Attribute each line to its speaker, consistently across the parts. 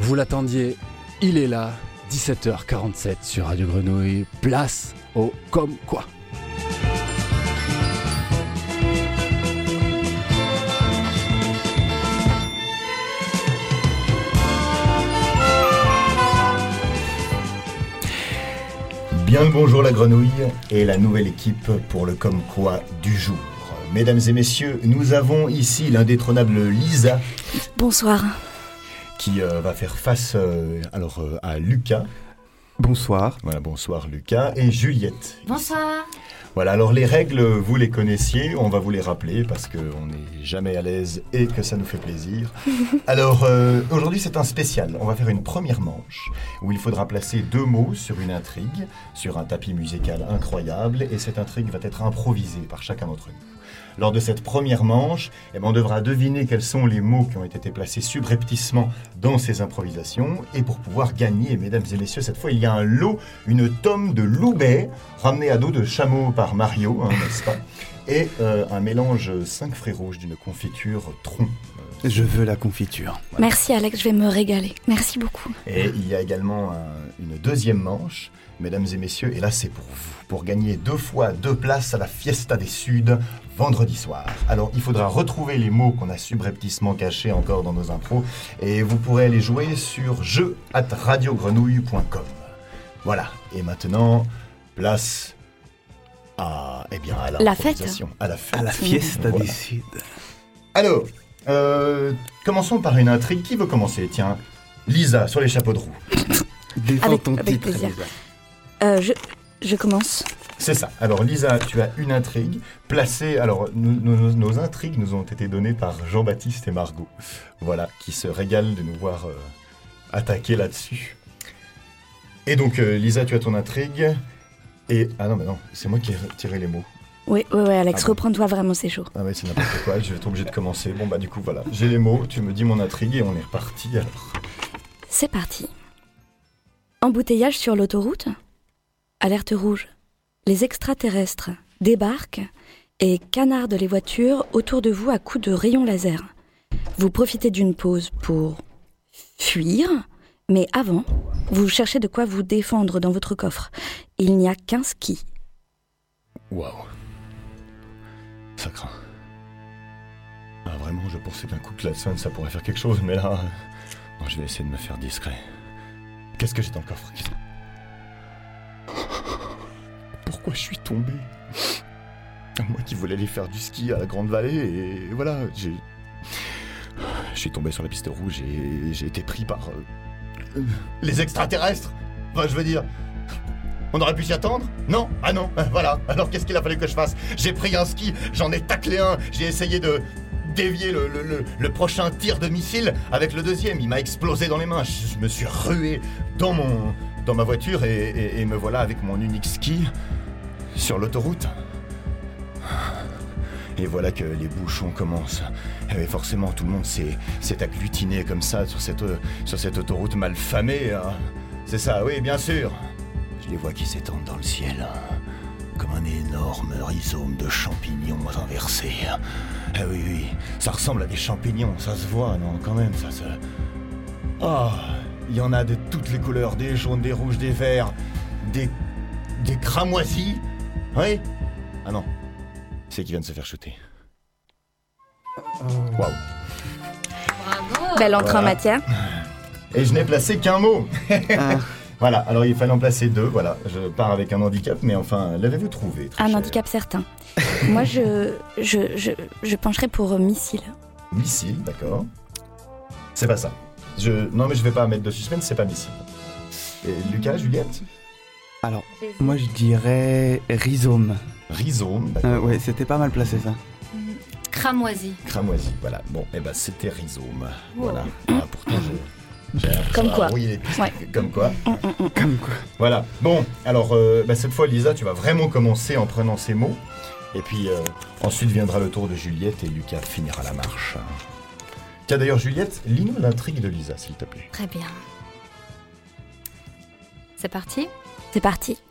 Speaker 1: Vous l'attendiez, il est là, 17h47 sur Radio Grenouille. Place au Comme quoi.
Speaker 2: Bien le bonjour la grenouille et la nouvelle équipe pour le Comme quoi du jour. Mesdames et messieurs, nous avons ici l'indétrônable Lisa
Speaker 3: Bonsoir.
Speaker 2: qui euh, va faire face euh, alors, euh, à Lucas.
Speaker 4: Bonsoir.
Speaker 2: Voilà, bonsoir Lucas et Juliette.
Speaker 5: Bonsoir.
Speaker 2: Voilà, alors les règles, vous les connaissiez, on va vous les rappeler parce qu'on n'est jamais à l'aise et que ça nous fait plaisir. Alors euh, aujourd'hui c'est un spécial, on va faire une première manche où il faudra placer deux mots sur une intrigue, sur un tapis musical incroyable et cette intrigue va être improvisée par chacun d'entre nous. Lors de cette première manche, eh ben, on devra deviner quels sont les mots qui ont été placés subrepticement dans ces improvisations. Et pour pouvoir gagner, mesdames et messieurs, cette fois, il y a un lot, une tome de Loubet, ramenée à dos de chameau par Mario, hein, n'est-ce pas Et euh, un mélange 5 fruits rouges d'une confiture tronc.
Speaker 4: Je veux la confiture.
Speaker 3: Merci Alex, je vais me régaler. Merci beaucoup.
Speaker 2: Et il y a également un- une deuxième manche, mesdames et messieurs, et là c'est pour vous, pour gagner deux fois deux places à la Fiesta des Suds vendredi soir. Alors il faudra retrouver les mots qu'on a subrepticement cachés encore dans nos impros, et vous pourrez les jouer sur jeu at radiogrenouille.com. Voilà, et maintenant, place à, eh bien, à
Speaker 3: La fête.
Speaker 2: l'improvisation, À la fête.
Speaker 4: À la fiesta
Speaker 2: Voilà.
Speaker 4: des Cides.
Speaker 2: Alors, euh, commençons par une intrigue. Qui veut commencer Tiens, Lisa, sur les chapeaux de roue.
Speaker 4: Défends
Speaker 3: Avec-
Speaker 4: ton
Speaker 3: avec
Speaker 4: titre.
Speaker 3: plaisir.
Speaker 4: Lisa.
Speaker 3: Euh, je, je commence.
Speaker 2: C'est ça. Alors Lisa, tu as une intrigue placée. Alors nous- nous- nous- nos intrigues nous ont été données par Jean-Baptiste et Margot. Voilà, qui se régalent de nous voir euh, attaquer là-dessus. Et donc euh, Lisa, tu as ton intrigue. Et ah non mais non, c'est moi qui ai tiré les mots.
Speaker 3: Oui, oui, oui, Alex,
Speaker 2: Ah bon.
Speaker 3: reprends-toi vraiment, c'est chaud.
Speaker 2: Ah mais c'est n'importe quoi. Je vais être obligé de commencer. Bon bah du coup voilà, j'ai les mots. Tu me dis mon intrigue et on est reparti. Alors
Speaker 3: C'est parti. Embouteillage sur l'autoroute. Alerte rouge. Les extraterrestres débarquent et canardent les voitures autour de vous à coups de rayons laser. Vous profitez d'une pause pour fuir, mais avant, vous cherchez de quoi vous défendre dans votre coffre. Il n'y a qu'un ski.
Speaker 2: waouh, ça craint. Ah vraiment, je pensais qu'un coup de klaxon ça pourrait faire quelque chose, mais là, euh, non, je vais essayer de me faire discret. Qu'est-ce que j'ai dans le coffre Qu'est-ce que- Pourquoi je suis tombé Moi qui voulais aller faire du ski à la Grande Vallée et voilà, j'ai. Je suis tombé sur la piste rouge et j'ai été pris par. euh, euh, les extraterrestres Enfin, je veux dire. On aurait pu s'y attendre Non Ah non Ah, Voilà Alors qu'est-ce qu'il a fallu que je fasse J'ai pris un ski, j'en ai taclé un, j'ai essayé de dévier le, le- le- le prochain tir de missile avec le deuxième. Il m'a explosé dans les mains. Je, je me suis rué dans, mon, dans ma voiture et, et- et me voilà avec mon unique ski sur l'autoroute. Et voilà que les bouchons commencent. Et forcément, tout le monde s'est s'est agglutiné comme ça sur cette, euh, sur cette autoroute mal famée. hein. C'est ça, oui, bien sûr. Je les vois qui s'étendent dans le ciel, hein, comme un énorme rhizome de champignons inversés. Ah oui, oui, ça ressemble à des champignons, ça se voit, non, quand même, ça se... Ah, il y en a de toutes les couleurs, des jaunes, des rouges, des verts, des... des cramoisis, oui Ah non, c'est qui vient de se faire shooter. Waouh.
Speaker 5: Bravo.
Speaker 3: Belle entrée en
Speaker 2: Voilà.
Speaker 3: matière.
Speaker 2: Et je n'ai placé qu'un mot
Speaker 4: Ah,
Speaker 2: Voilà, alors il fallait en placer deux, voilà. Je pars avec un handicap, mais enfin, l'avez-vous trouvé très
Speaker 3: Un
Speaker 2: cher
Speaker 3: handicap certain. Moi, je, je, je, je pencherai pour euh, missile.
Speaker 2: Missile, d'accord. C'est pas ça. Je... Non, mais je vais pas mettre de suspense, c'est pas missile. Et Lucas, Juliette
Speaker 4: alors, moi je dirais rhizome.
Speaker 2: Rhizome,
Speaker 4: Euh,
Speaker 2: d'accord.
Speaker 4: ouais, c'était pas mal placé ça.
Speaker 5: Cramoisi.
Speaker 2: Cramoisi, voilà. Bon, et eh ben c'était rhizome.
Speaker 5: Wow.
Speaker 2: Voilà. Ah, pourtant, je- j'ai l'impression
Speaker 3: Comme quoi.
Speaker 2: d'avoir brouillé les pistes.
Speaker 3: Ouais.
Speaker 2: Comme quoi.
Speaker 3: Hum, hum, hum.
Speaker 4: Comme quoi.
Speaker 2: Voilà. Bon, alors, euh, bah, cette fois, Lisa, tu vas vraiment commencer en prenant ces mots. Et puis, euh, ensuite viendra le tour de Juliette et Lucas finira la marche. Tiens, d'ailleurs, Juliette, lis-nous l'intrigue de Lisa, s'il te plaît.
Speaker 5: Très bien. C'est parti.
Speaker 3: C'est parti.
Speaker 5: Ah,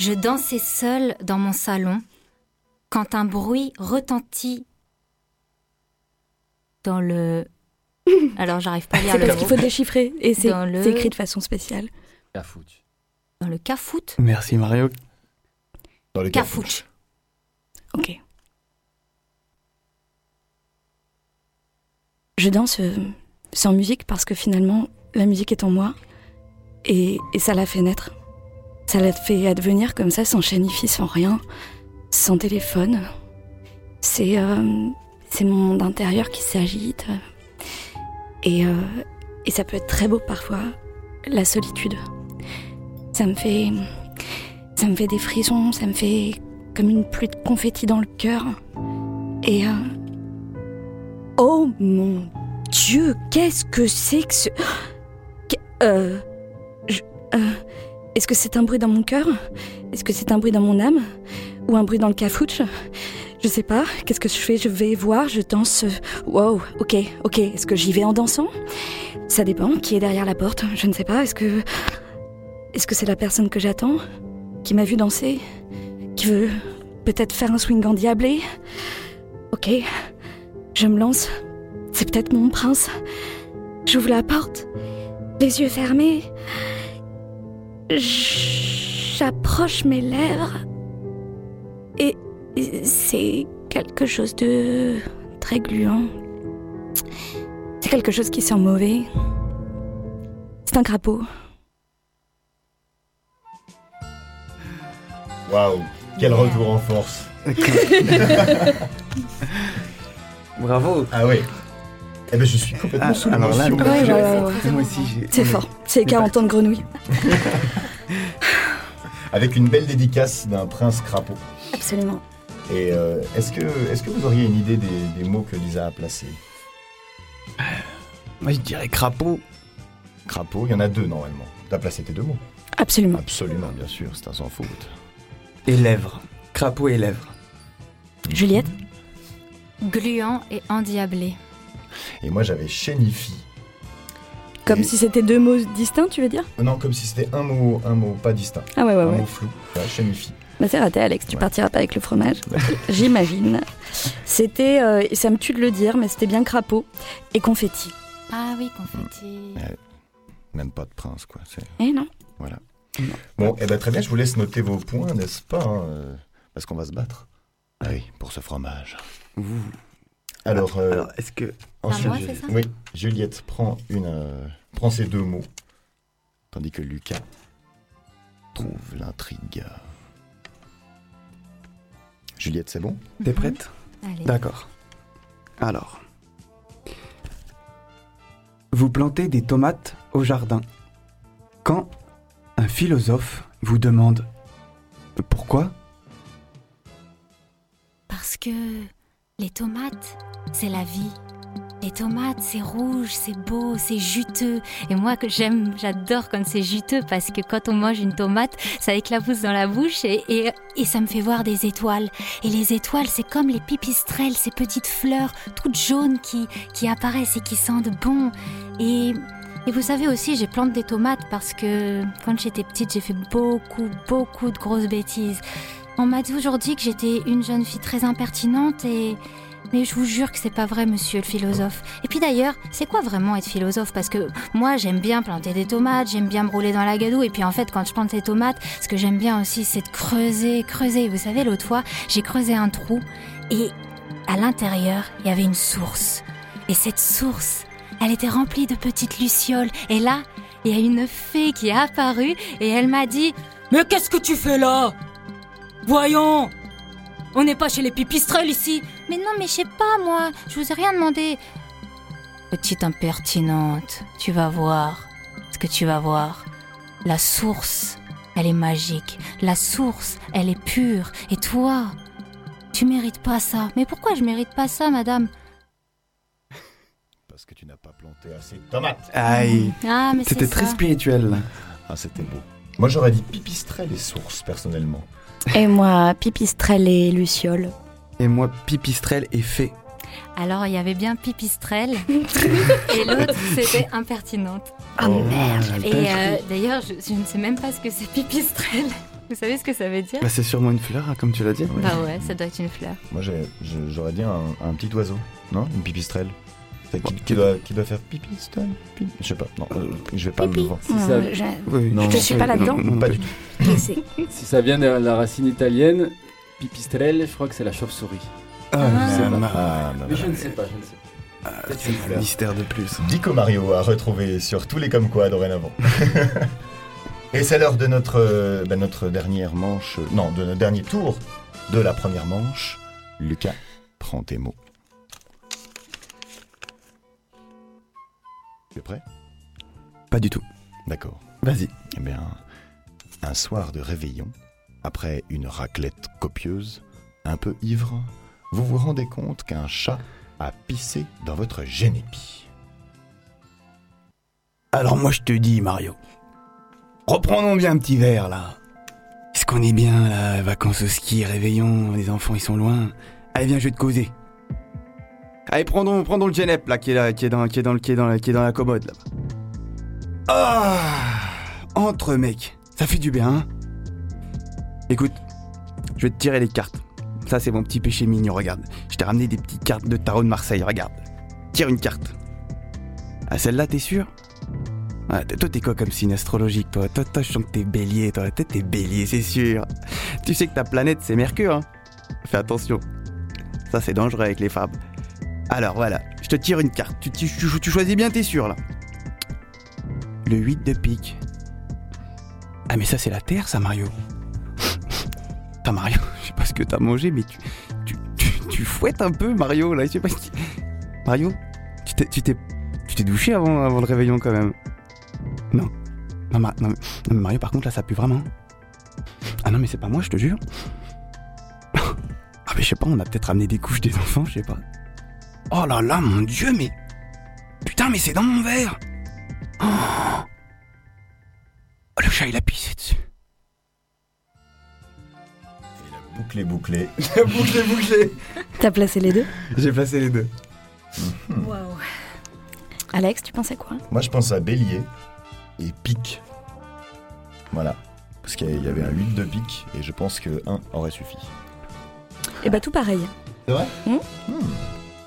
Speaker 5: Je dansais seule dans mon salon quand un bruit retentit dans le Alors j'arrive pas à lire
Speaker 3: C'est
Speaker 5: le
Speaker 3: parce
Speaker 5: mot.
Speaker 3: qu'il faut déchiffrer et c'est
Speaker 5: Dans le-
Speaker 3: c'est écrit de façon spéciale.
Speaker 1: Cafouche.
Speaker 5: Dans le cafout
Speaker 4: Merci Mario.
Speaker 2: Dans le
Speaker 5: Cafouche.
Speaker 3: Ok. Je danse euh, sans musique parce que finalement, la musique est en moi et, et ça la fait naître. Ça la fait advenir comme ça, sans chanifi, sans rien, sans téléphone. C'est euh, c'est mon monde intérieur qui s'agite. Et, euh, et ça peut être très beau parfois, la solitude. Ça me fait. Ça me fait des frissons, ça me fait comme une pluie de confetti dans le cœur. Et. euh, Oh mon Dieu, qu'est-ce que c'est que ce. Qu'- euh, je- euh, Est-ce que c'est un bruit dans mon cœur Est-ce que c'est un bruit dans mon âme Ou un bruit dans le cafouche Je sais pas, qu'est-ce que je fais Je vais voir, je danse. Wow, ok, ok, est-ce que j'y vais en dansant Ça dépend, qui est derrière la porte Je ne sais pas, est-ce que. Est-ce que c'est la personne que j'attends Qui m'a vu danser qui veut peut-être faire un swing en diablé. Ok, je me lance. C'est peut-être mon prince. J'ouvre la porte, les yeux fermés. J'approche mes lèvres. Et c'est quelque chose de très gluant. C'est quelque chose qui sent mauvais. C'est un crapaud.
Speaker 2: Waouh, quel retour en force.
Speaker 4: Bravo.
Speaker 2: Ah ouais. Eh ben je suis complètement
Speaker 4: Ah,
Speaker 2: sous
Speaker 4: alors là,
Speaker 2: l'émotion.
Speaker 3: Ouais,
Speaker 4: je-
Speaker 3: ouais, ouais, ouais.
Speaker 4: moi aussi, j'ai-
Speaker 3: C'est fort. C'est
Speaker 4: Mais
Speaker 3: 40 ans de grenouille.
Speaker 2: Avec une belle dédicace d'un prince crapaud.
Speaker 3: Absolument.
Speaker 2: Et euh, est-ce que, est que vous auriez une idée des, des mots que Lisa a placés
Speaker 4: Moi, je dirais crapaud.
Speaker 2: Crapaud, il y en a deux normalement. T'as placé tes deux mots
Speaker 4: Mm.
Speaker 3: Absolument.
Speaker 2: Absolument, bien sûr, c'est un sans faute.
Speaker 4: Et lèvres. Crapaud et lèvres.
Speaker 3: Juliette
Speaker 5: Gluant et endiablé.
Speaker 2: Et moi j'avais chénifi.
Speaker 3: Comme
Speaker 2: Et-
Speaker 3: si c'était deux mots distincts, tu veux dire
Speaker 2: Oh Non, comme si c'était un mot, un mot pas distinct.
Speaker 3: Ah ouais, ouais,
Speaker 2: un
Speaker 3: ouais.
Speaker 2: mot flou. Voilà, chénifi.
Speaker 3: Bah c'est raté, Alex, tu
Speaker 2: Ouais.
Speaker 3: partiras pas avec le fromage. J'imagine. C'était, euh, et ça me tue de le dire, mais c'était bien crapaud et confetti.
Speaker 5: Ah oui, confetti.
Speaker 2: Même pas de prince, quoi. c'est-
Speaker 3: Eh non
Speaker 2: Bon, eh ben, très bien, je vous laisse noter vos points, n'est-ce pas hein, euh, Parce qu'on va se battre. Ah oui, pour ce fromage.
Speaker 4: Ouh.
Speaker 2: Alors, euh,
Speaker 4: Alors, est-ce que.
Speaker 5: Par
Speaker 2: ensuite,
Speaker 5: moi,
Speaker 2: Ju-
Speaker 5: c'est ça
Speaker 2: oui, Juliette prend, une, euh, prend ces deux mots, tandis que Lucas trouve l'intrigue. Juliette, c'est bon
Speaker 4: T'es prête
Speaker 5: Mhm. Allez.
Speaker 4: D'accord. Alors. Vous plantez des tomates au jardin. Quand un philosophe vous demande pourquoi
Speaker 5: Parce que les tomates, c'est la vie. Les tomates, c'est rouge, c'est beau, c'est juteux. Et moi, que j'aime, j'adore quand c'est juteux parce que quand on mange une tomate, ça éclabousse dans la bouche et, et- et ça me fait voir des étoiles. Et les étoiles, c'est comme les pipistrelles, ces petites fleurs toutes jaunes qui, qui apparaissent et qui sentent bon. Et, et vous savez aussi, j'ai planté des tomates parce que quand j'étais petite, j'ai fait beaucoup, beaucoup de grosses bêtises. On m'a toujours dit que j'étais une jeune fille très impertinente et. Mais je vous jure que c'est pas vrai, monsieur le philosophe. Et puis d'ailleurs, c'est quoi vraiment être philosophe Parce que moi, j'aime bien planter des tomates, j'aime bien me rouler dans la gadoue. Et puis en fait, quand je plante des tomates, ce que j'aime bien aussi, c'est de creuser, creuser. Vous savez, l'autre fois, j'ai creusé un trou et à l'intérieur, il y avait une source. Et cette source, elle était remplie de petites lucioles. Et là, il y a une fée qui est apparue et elle m'a dit Mais qu'est-ce que tu fais là Voyons On n'est pas chez les pipistrelles ici Mais non, mais je sais pas, moi, je vous ai rien demandé. Petite impertinente, tu vas voir ce que tu vas voir. La source, elle est magique. La source, elle est pure. Et toi, tu mérites pas ça. Mais pourquoi je mérite pas ça, madame
Speaker 2: Parce que tu n'as pas planté assez de tomates.
Speaker 4: Aïe
Speaker 5: Ah, mais c'est
Speaker 4: C'était très
Speaker 5: ça.
Speaker 4: spirituel.
Speaker 2: Ah, c'était beau. Moi, j'aurais dit pipistrelle et source, personnellement.
Speaker 3: Et moi, pipistrelle et luciole.
Speaker 4: Et moi, pipistrelle et fée.
Speaker 5: Alors, il y avait bien pipistrelle et l'autre, c'était impertinente.
Speaker 3: Ah,
Speaker 4: merde
Speaker 5: Et euh, d'ailleurs, je, je ne sais même pas ce que c'est pipistrelle. Vous savez ce que ça veut dire
Speaker 4: Bah, c'est sûrement une fleur, hein, comme tu l'as dit.
Speaker 5: Bah ouais, ça Ah doit être une fleur.
Speaker 2: Moi, j'ai- je- j'aurais dit un, un petit oiseau, non Une pipistrelle. C'est Qui, qui doit, qui doit faire pipi, Stone Pipi Je sais pas. Non, euh, je vais pas me vendre.
Speaker 1: C'est ça.
Speaker 3: je,
Speaker 4: Oui,
Speaker 2: Non,
Speaker 3: je suis pas là-dedans.
Speaker 4: non, non,
Speaker 2: Pas
Speaker 4: non.
Speaker 2: du tout.
Speaker 3: Je sais.
Speaker 1: Si ça vient de la racine italienne, pipistrelle, je crois que c'est la chauve-souris.
Speaker 4: Ah,
Speaker 5: Ah.
Speaker 4: c'est marrant.
Speaker 2: Ah, non,
Speaker 1: Mais je
Speaker 2: non.
Speaker 1: ne sais pas, je ne sais pas. Peut-être une
Speaker 4: Un Mystère de plus.
Speaker 2: Dico Mario à retrouver sur tous les comme quoi dorénavant. Et c'est l'heure de notre, euh, bah, notre dernière manche, euh, non, de notre dernier tour de la première manche. Lucas, prends tes mots. Tu es prêt
Speaker 4: Pas du tout.
Speaker 2: D'accord.
Speaker 4: Vas-y.
Speaker 2: Eh bien, un soir de réveillon, après une raclette copieuse, un peu ivre, vous vous rendez compte qu'un chat a pissé dans votre génépi.
Speaker 4: Alors moi je te dis Mario, reprenons bien un petit verre là. Est-ce qu'on est bien là, vacances au ski, réveillons, les enfants ils sont loin. Allez viens je vais te causer. Allez prendons, prendons le Genep là qui est là, qui est dans, qui est dans, qui est dans, la- qui est dans la commode là. Ah Entre mec, ça fait du bien. hein. Écoute, je vais te tirer les cartes. Ça c'est mon petit péché mignon, regarde. Je t'ai ramené des petites cartes de tarot de Marseille, regarde. Tire une carte. Ah celle-là t'es sûr ah, t- toi, t'es quoi comme signe astrologique, toi Toi, toi, je sens que t'es bélier, toi. Toi, t'es bélier, c'est sûr. Tu sais que ta planète, c'est Mercure, hein Fais attention. Ça, c'est dangereux avec les femmes. Alors, voilà, je te tire une carte. Tu, tu- tu- tu choisis bien, t'es sûr, là. Le 8 de pique. Ah, mais ça, c'est la Terre, ça, Mario. Putain, Mario, je sais pas ce que t'as mangé, mais tu, tu, tu, tu fouettes un peu, Mario, là. Je sais pas ce qui... Mario, tu t'es- tu t'es tu t'es douché avant, avant le réveillon, quand même. Non, Mar- non, mais- non, mais Mario, par contre, là, ça pue vraiment. Ah non, mais c'est pas moi, je te jure. ah, mais je sais pas, on a peut-être amené des couches des enfants, je sais pas. Oh là là, mon dieu, mais. Putain, mais c'est dans mon verre Oh. Oh, Le chat, il a pissé dessus.
Speaker 2: Bouclé, bouclé.
Speaker 4: bouclé, bouclé
Speaker 3: T'as placé les deux Mhm.
Speaker 4: J'ai placé les deux.
Speaker 3: Alex, tu pensais quoi
Speaker 2: Moi, je pense à bélier et pique. Voilà. Parce qu'il y avait un 8 de pique et je pense que 1 aurait suffi.
Speaker 3: Eh bah tout pareil.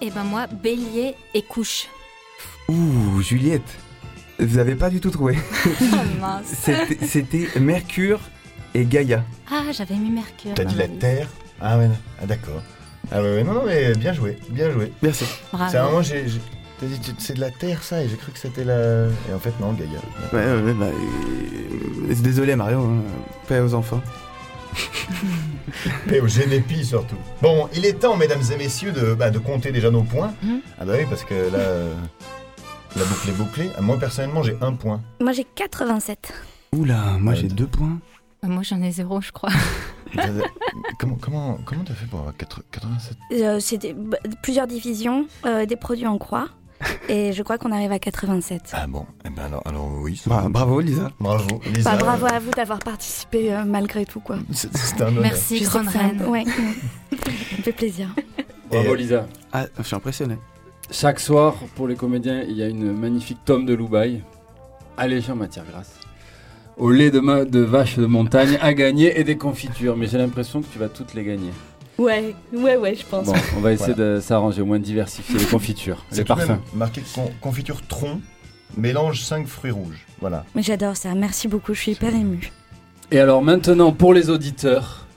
Speaker 5: Et ben moi, bélier et couche.
Speaker 4: Ouh, Juliette, vous avez pas du tout trouvé.
Speaker 5: Oh mince.
Speaker 4: C'était c'était Mercure et Gaïa.
Speaker 5: Ah, j'avais mis Mercure.
Speaker 2: T'as
Speaker 5: dans
Speaker 2: dit
Speaker 5: ma
Speaker 2: la
Speaker 5: liste.
Speaker 2: terre Ah ouais, ah, d'accord. Ah ouais, ouais, non, non, mais bien joué, bien joué.
Speaker 4: Merci.
Speaker 5: Bravo.
Speaker 2: C'est un moment, j'ai. j'ai- t'as dit, tu- c'est de la terre ça, et j'ai cru que c'était la. Et en fait, non, Gaïa.
Speaker 4: Ouais, ouais, ouais, bah, euh, désolé Mario, hein. paix aux enfants.
Speaker 2: Et au Génépi surtout. Bon, il est temps, mesdames et messieurs, de, bah, de compter déjà nos points.
Speaker 3: Mmh.
Speaker 5: Mhm.
Speaker 2: Ah bah oui, parce que là. euh, La boucle est bouclée. Ah, Moi, personnellement, j'ai un point.
Speaker 3: Moi j'ai 87.
Speaker 4: Oula, moi
Speaker 2: Ouais.
Speaker 4: j'ai deux points.
Speaker 5: Euh, Moi, j'en ai zéro, je crois.
Speaker 3: Ah.
Speaker 2: comment comment comment t'as fait pour avoir 4- 87
Speaker 3: Euh, c'est des- b- plusieurs divisions, euh, des produits en croix. Et je crois qu'on arrive à 87.
Speaker 2: Ah bon, eh ben alors, alors oui. ça-
Speaker 4: Bah, bravo Lisa.
Speaker 2: Bravo, Lisa.
Speaker 3: Bah, bravo à vous d'avoir participé euh, malgré tout quoi.
Speaker 2: C'est c'est un honneur.
Speaker 5: Merci,
Speaker 3: Je sais
Speaker 5: grande
Speaker 3: que c'est un-
Speaker 5: reine.
Speaker 3: Ouais. Ça me fait plaisir.
Speaker 1: Bravo
Speaker 2: Et-
Speaker 1: Lisa.
Speaker 4: Ah, je suis impressionné.
Speaker 1: Chaque soir, pour les comédiens, il y a une magnifique tome de Loubaï, allégée en matière grasse, au lait de, ma- de vache de montagne à gagner et des confitures. Mais j'ai l'impression que tu vas toutes les gagner.
Speaker 3: Ouais, ouais, ouais, je pense.
Speaker 1: Bon, on va essayer de s'arranger, au moins de diversifier les confitures,
Speaker 2: C'est
Speaker 1: les
Speaker 2: tout de
Speaker 1: parfums.
Speaker 2: même Marqué con- confiture tronc, mélange 5 fruits rouges. Voilà.
Speaker 3: Mais j'adore ça, merci beaucoup, je suis hyper émue.
Speaker 1: Et alors maintenant, pour les auditeurs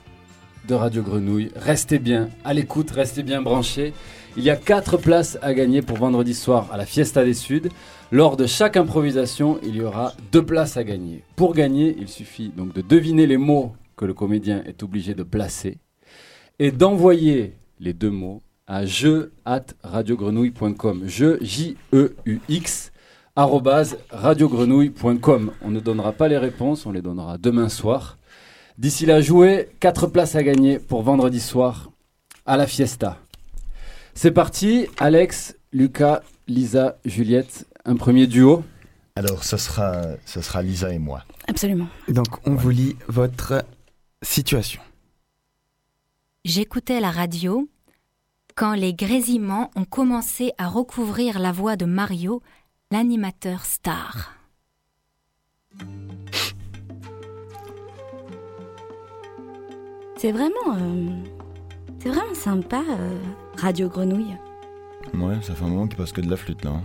Speaker 1: de Radio Grenouille, restez bien à l'écoute, restez bien branchés. Il y a quatre places à gagner pour vendredi soir à la Fiesta des Suds. Lors de chaque improvisation, il y aura deux places à gagner. Pour gagner, il suffit donc de deviner les mots que le comédien est obligé de placer et d'envoyer les deux mots à jeu at radiogrenouille.com. Jeu E J-E-U-X arrobase radiogrenouille.com. On ne donnera pas les réponses, on les donnera demain soir. D'ici là, jouez, 4 places à gagner pour vendredi soir à la fiesta. C'est parti, Alex, Lucas, Lisa, Juliette, un premier duo.
Speaker 2: Alors, ce sera, ce sera Lisa et moi.
Speaker 3: Absolument.
Speaker 4: Donc, on vous lit votre situation.
Speaker 5: J'écoutais la radio quand les grésillements ont commencé à recouvrir la voix de Mario, l'animateur star.
Speaker 3: C'est vraiment. euh, c'est vraiment sympa, euh, Radio Grenouille.
Speaker 2: Ouais, ça fait un moment qu'il passe que de la flûte là. hein.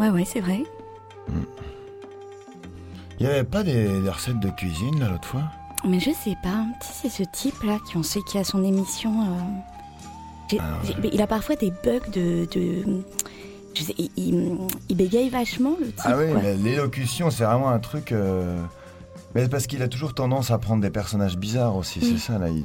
Speaker 3: Ouais, ouais, c'est vrai.
Speaker 2: Il y avait pas des, des recettes de cuisine là l'autre fois
Speaker 3: Mais je sais pas, tu sais, c'est ce type-là qui, on sait, qui a son émission. euh, j'ai-
Speaker 2: Ah ouais.
Speaker 3: j'ai- mais il a parfois des bugs de. de- je sais, il, il- il bégaye vachement, le type.
Speaker 2: Ah oui,
Speaker 3: quoi.
Speaker 2: mais l'élocution, c'est vraiment un truc. euh, Mais c'est parce qu'il a toujours tendance à prendre des personnages bizarres aussi,
Speaker 3: Mm.
Speaker 2: c'est ça là. il-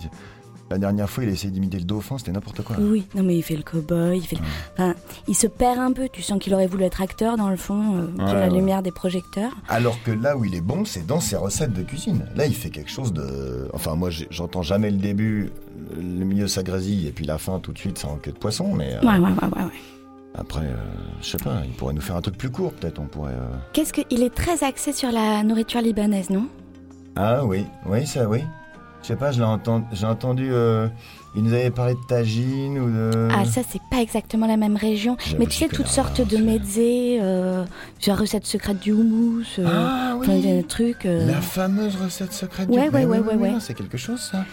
Speaker 2: La dernière fois, il a essayé d'imiter le dauphin, c'était n'importe quoi.
Speaker 3: Oui, non mais il fait le cow-boy, il fait. le- Enfin, il se perd un peu. Tu sens qu'il aurait voulu être acteur dans le fond, euh, sous
Speaker 2: Ouais,
Speaker 3: la
Speaker 2: ouais.
Speaker 3: lumière des projecteurs.
Speaker 2: Alors que là où il est bon, c'est dans ses recettes de cuisine. Là, il fait quelque chose de. Enfin, moi, j'ai- j'entends jamais le début, le milieu ça grésille, et puis la fin tout de suite, c'est en queue de poisson. Mais euh,
Speaker 3: Ouais, ouais, ouais, ouais. ouais.
Speaker 2: après, euh, je sais pas, il pourrait nous faire un truc plus court, peut-être. On pourrait. euh,
Speaker 3: Qu'est-ce que il est très axé sur la nourriture libanaise, non
Speaker 2: Ah oui, oui, ça, oui. Je sais pas, je l'ai entendu. J'ai entendu. euh, Il nous avait parlé de tagine ou de.
Speaker 3: Ah, ça c'est pas exactement la même région.
Speaker 2: J'avoue,
Speaker 3: Mais tu
Speaker 2: j'y
Speaker 3: sais
Speaker 2: connais
Speaker 3: toutes
Speaker 2: rien,
Speaker 3: sortes de
Speaker 2: c'est-
Speaker 3: mezzés, euh, genre recette secrète du houmous, euh,
Speaker 2: Ah
Speaker 3: enfin des
Speaker 2: oui
Speaker 3: trucs. euh.
Speaker 2: La fameuse recette secrète
Speaker 3: Ouais,
Speaker 2: du
Speaker 3: ouais,
Speaker 2: Mais
Speaker 3: ouais,
Speaker 2: oui,
Speaker 3: ouais,
Speaker 2: oui,
Speaker 3: ouais.
Speaker 2: non, C'est quelque chose, ça.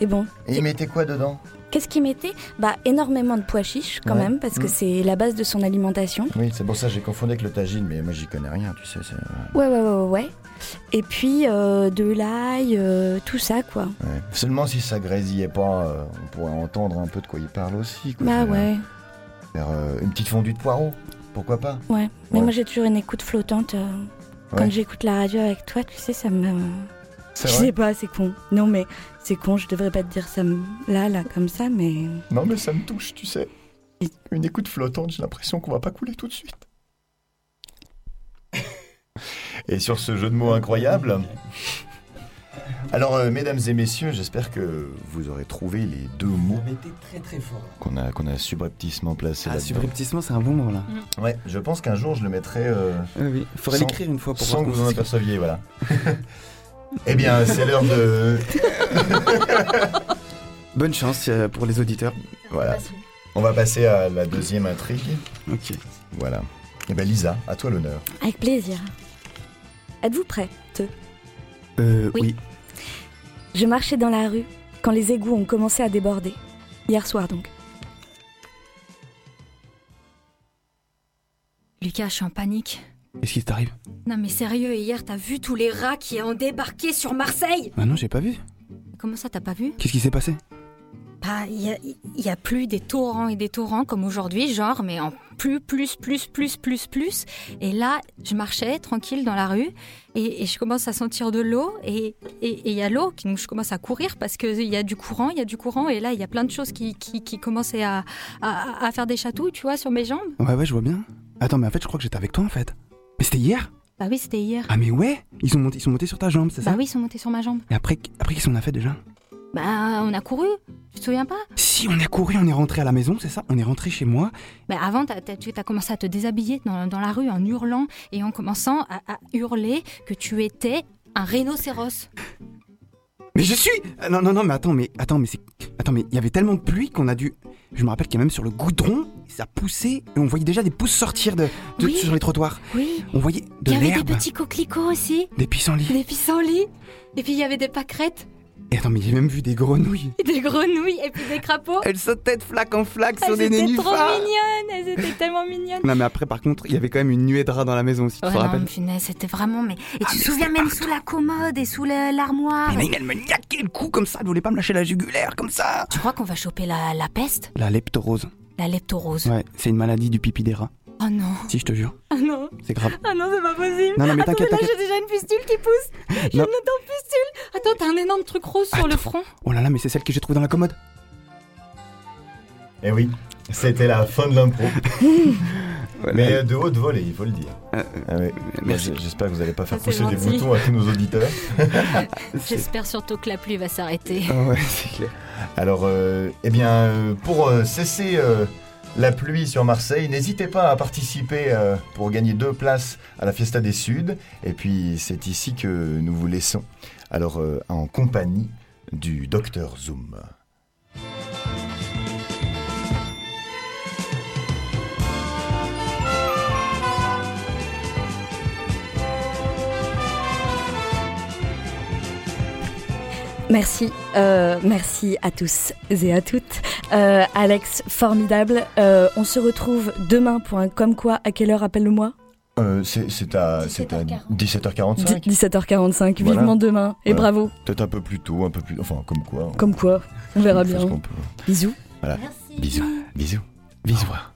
Speaker 3: Et bon,
Speaker 2: Et il mettait quoi dedans
Speaker 3: qu'est-ce qu'il mettait Bah énormément de pois chiches quand
Speaker 2: Ouais.
Speaker 3: même parce que
Speaker 2: Mm.
Speaker 3: c'est la base de son alimentation.
Speaker 2: Oui, c'est pour ça que j'ai confondu avec le tagine, mais moi, j'y connais rien, tu sais. c'est-
Speaker 3: Ouais, ouais, ouais, ouais. ouais. Et puis euh, de l'ail, euh, tout ça quoi.
Speaker 2: Ouais. Seulement si ça grésillait pas, euh, on pourrait entendre un peu de quoi il parle aussi. Quoi.
Speaker 3: Bah
Speaker 2: Faire,
Speaker 3: ouais.
Speaker 2: euh, Faire euh, une petite fondue de poireaux, pourquoi pas
Speaker 3: Ouais, mais
Speaker 2: Ouais.
Speaker 3: moi j'ai toujours une écoute flottante. euh, Quand
Speaker 2: Ouais.
Speaker 3: j'écoute la radio avec toi, tu sais, ça me. Je
Speaker 2: C'est
Speaker 3: sais pas, c'est con. Non, mais c'est con, je devrais pas te dire ça me- là, là, comme ça, mais.
Speaker 2: Non, mais ça me touche, tu sais. Une écoute flottante, j'ai l'impression qu'on va pas couler tout de suite. Et sur ce jeu de mots incroyable. Alors, euh, mesdames et messieurs, j'espère que vous aurez trouvé les deux mots
Speaker 6: Vous avez été très très fort.
Speaker 2: qu'on a, qu'on a subrepticement placés
Speaker 4: Ah,
Speaker 2: là-dedans.
Speaker 4: subrepticement, c'est un bon mot
Speaker 5: Mm.
Speaker 4: là.
Speaker 2: Ouais, je pense qu'un jour je le mettrai. euh,
Speaker 4: Oui, oui. Faudrait
Speaker 2: Sans-
Speaker 4: l'écrire une fois pour
Speaker 2: Sans que
Speaker 4: voir
Speaker 2: vous en aperceviez, voilà. eh bien, c'est l'heure de.
Speaker 4: Bonne chance euh, pour les auditeurs.
Speaker 2: Voilà. On va passer à la deuxième intrigue.
Speaker 4: Ok.
Speaker 2: Voilà. Eh bien, Lisa, à toi l'honneur.
Speaker 3: Avec plaisir. Êtes-vous prêts
Speaker 4: Euh,
Speaker 5: Oui.
Speaker 4: oui.
Speaker 3: Je marchais dans la rue quand les égouts ont commencé à déborder. Hier soir donc.
Speaker 5: Lucas, je suis en panique.
Speaker 4: Qu'est-ce qui t'arrive
Speaker 5: Non mais sérieux, hier t'as vu tous les rats qui ont débarqué sur Marseille
Speaker 4: Ah non, j'ai pas vu.
Speaker 5: Comment ça t'as pas vu
Speaker 4: Qu'est-ce qui s'est passé
Speaker 5: Bah, il y a, il y a plus des torrents et des torrents comme aujourd'hui, genre, mais en plus, plus, plus, plus, plus, plus. Et là, je marchais tranquille dans la rue et, et je commence à sentir de l'eau et et- et il y a l'eau, qui- donc je commence à courir parce qu'il y a du courant, il y a du courant et là, il y a plein de choses qui, qui, qui commençaient à, à, à faire des chatouilles, tu vois, sur mes jambes.
Speaker 4: Ouais, ouais, je vois bien. Attends, mais en fait, je crois que j'étais avec toi en fait. Mais c'était hier
Speaker 5: Bah oui, c'était hier.
Speaker 4: Ah, mais ouais ils, ont monté, ils sont montés sur ta jambe, c'est
Speaker 5: Bah
Speaker 4: ça
Speaker 5: oui, ils sont montés sur ma jambe.
Speaker 4: Et après, après qu'est-ce qu'on a fait déjà
Speaker 5: Bah, on a couru, tu te souviens pas
Speaker 4: Si, on a couru, on est rentré à la maison, c'est ça On est rentré chez moi.
Speaker 5: Mais avant, t'as t'as- tu as commencé à te déshabiller dans, dans la rue en hurlant et en commençant à, à hurler que tu étais un rhinocéros.
Speaker 4: Mais je suis Ah, Non, non, non, mais attends, mais attends, mais c'est. Attends, mais il y avait tellement de pluie qu'on a dû. Je me rappelle qu'il y a même sur le goudron, ça poussait et on voyait déjà des pousses sortir de, de-
Speaker 5: Oui.
Speaker 4: sur les trottoirs.
Speaker 5: Oui.
Speaker 4: On voyait de
Speaker 5: il y avait
Speaker 4: l'herbe,
Speaker 5: des petits coquelicots aussi,
Speaker 4: des pissenlits.
Speaker 5: des pissenlits, et puis il y avait des pâquerettes,
Speaker 4: Et attends, mais j'ai même vu des grenouilles.
Speaker 5: et des grenouilles, et puis des crapauds.
Speaker 4: Elles sautaient de flaque en flaque sur
Speaker 5: Elles
Speaker 4: des
Speaker 5: étaient trop
Speaker 4: nénuphars.
Speaker 5: mignonnes, elles étaient tellement mignonnes.
Speaker 4: Non, mais après, par contre, il y avait quand même une nuée de rats dans la maison, si tu
Speaker 5: Ouais,
Speaker 4: te
Speaker 5: non,
Speaker 4: rappelles.
Speaker 5: mais punaise, c'était vraiment. Mais... Et
Speaker 4: Ah,
Speaker 5: tu
Speaker 4: mais
Speaker 5: te souviens
Speaker 4: c'était
Speaker 5: même sous la commode et sous le- l'armoire.
Speaker 4: Mais elle me niaquait le cou comme ça, elle voulait pas me lâcher la jugulaire comme ça.
Speaker 5: Tu crois qu'on va choper la, la peste
Speaker 4: La leptorose.
Speaker 5: La leptorose.
Speaker 4: Ouais, c'est une maladie du pipi des rats.
Speaker 5: Oh non.
Speaker 4: Si, je te jure,
Speaker 5: Ah non.
Speaker 4: c'est grave.
Speaker 5: Ah non, c'est pas possible.
Speaker 4: Non, non, mais
Speaker 5: Attendez,
Speaker 4: t'inquiète,
Speaker 5: là,
Speaker 4: t'inquiète.
Speaker 5: j'ai déjà une pustule qui pousse. J'ai
Speaker 4: Non.
Speaker 5: une énorme pustule. Attends, t'as un énorme truc rose sur le
Speaker 4: Attends.
Speaker 5: front.
Speaker 4: Oh là là, mais c'est celle que j'ai trouvée dans la commode.
Speaker 2: Eh oui, c'était la fin de l'impro. Mais euh, de haute volée, il faut le dire.
Speaker 4: Euh,
Speaker 2: Ah ouais.
Speaker 4: merci.
Speaker 2: Bah, j- J'espère que vous n'allez pas faire
Speaker 5: Ah, c'est
Speaker 2: pousser des
Speaker 5: gentil.
Speaker 2: boutons à tous nos auditeurs.
Speaker 5: J'espère surtout que la pluie va s'arrêter.
Speaker 4: Ah ouais, c'est clair.
Speaker 2: Alors, euh, eh bien, euh, pour euh, cesser euh, la pluie sur Marseille, n'hésitez pas à participer euh, pour gagner deux places à la Fiesta des Suds. Et puis, c'est ici que nous vous laissons. Alors, euh, en compagnie du docteur Zoom.
Speaker 3: Merci, euh, merci à tous et à toutes. Euh, Alex, formidable. Euh, on se retrouve demain pour un comme quoi, à quelle heure appelle-le-moi
Speaker 2: Euh, c'est c'est à, c'est à 17h45
Speaker 3: 17h45,
Speaker 2: Voilà.
Speaker 3: vivement demain. Et
Speaker 2: Voilà.
Speaker 3: bravo,
Speaker 2: Peut-être un peu plus tôt, un peu plus... Enfin, comme quoi. on-
Speaker 3: comme quoi, on
Speaker 2: on
Speaker 3: verra
Speaker 2: fait
Speaker 3: bien.
Speaker 4: Euh,
Speaker 2: ce qu'on peut.
Speaker 3: Bisous.
Speaker 5: Merci.
Speaker 2: Bisous. Bisous.
Speaker 4: Bisous.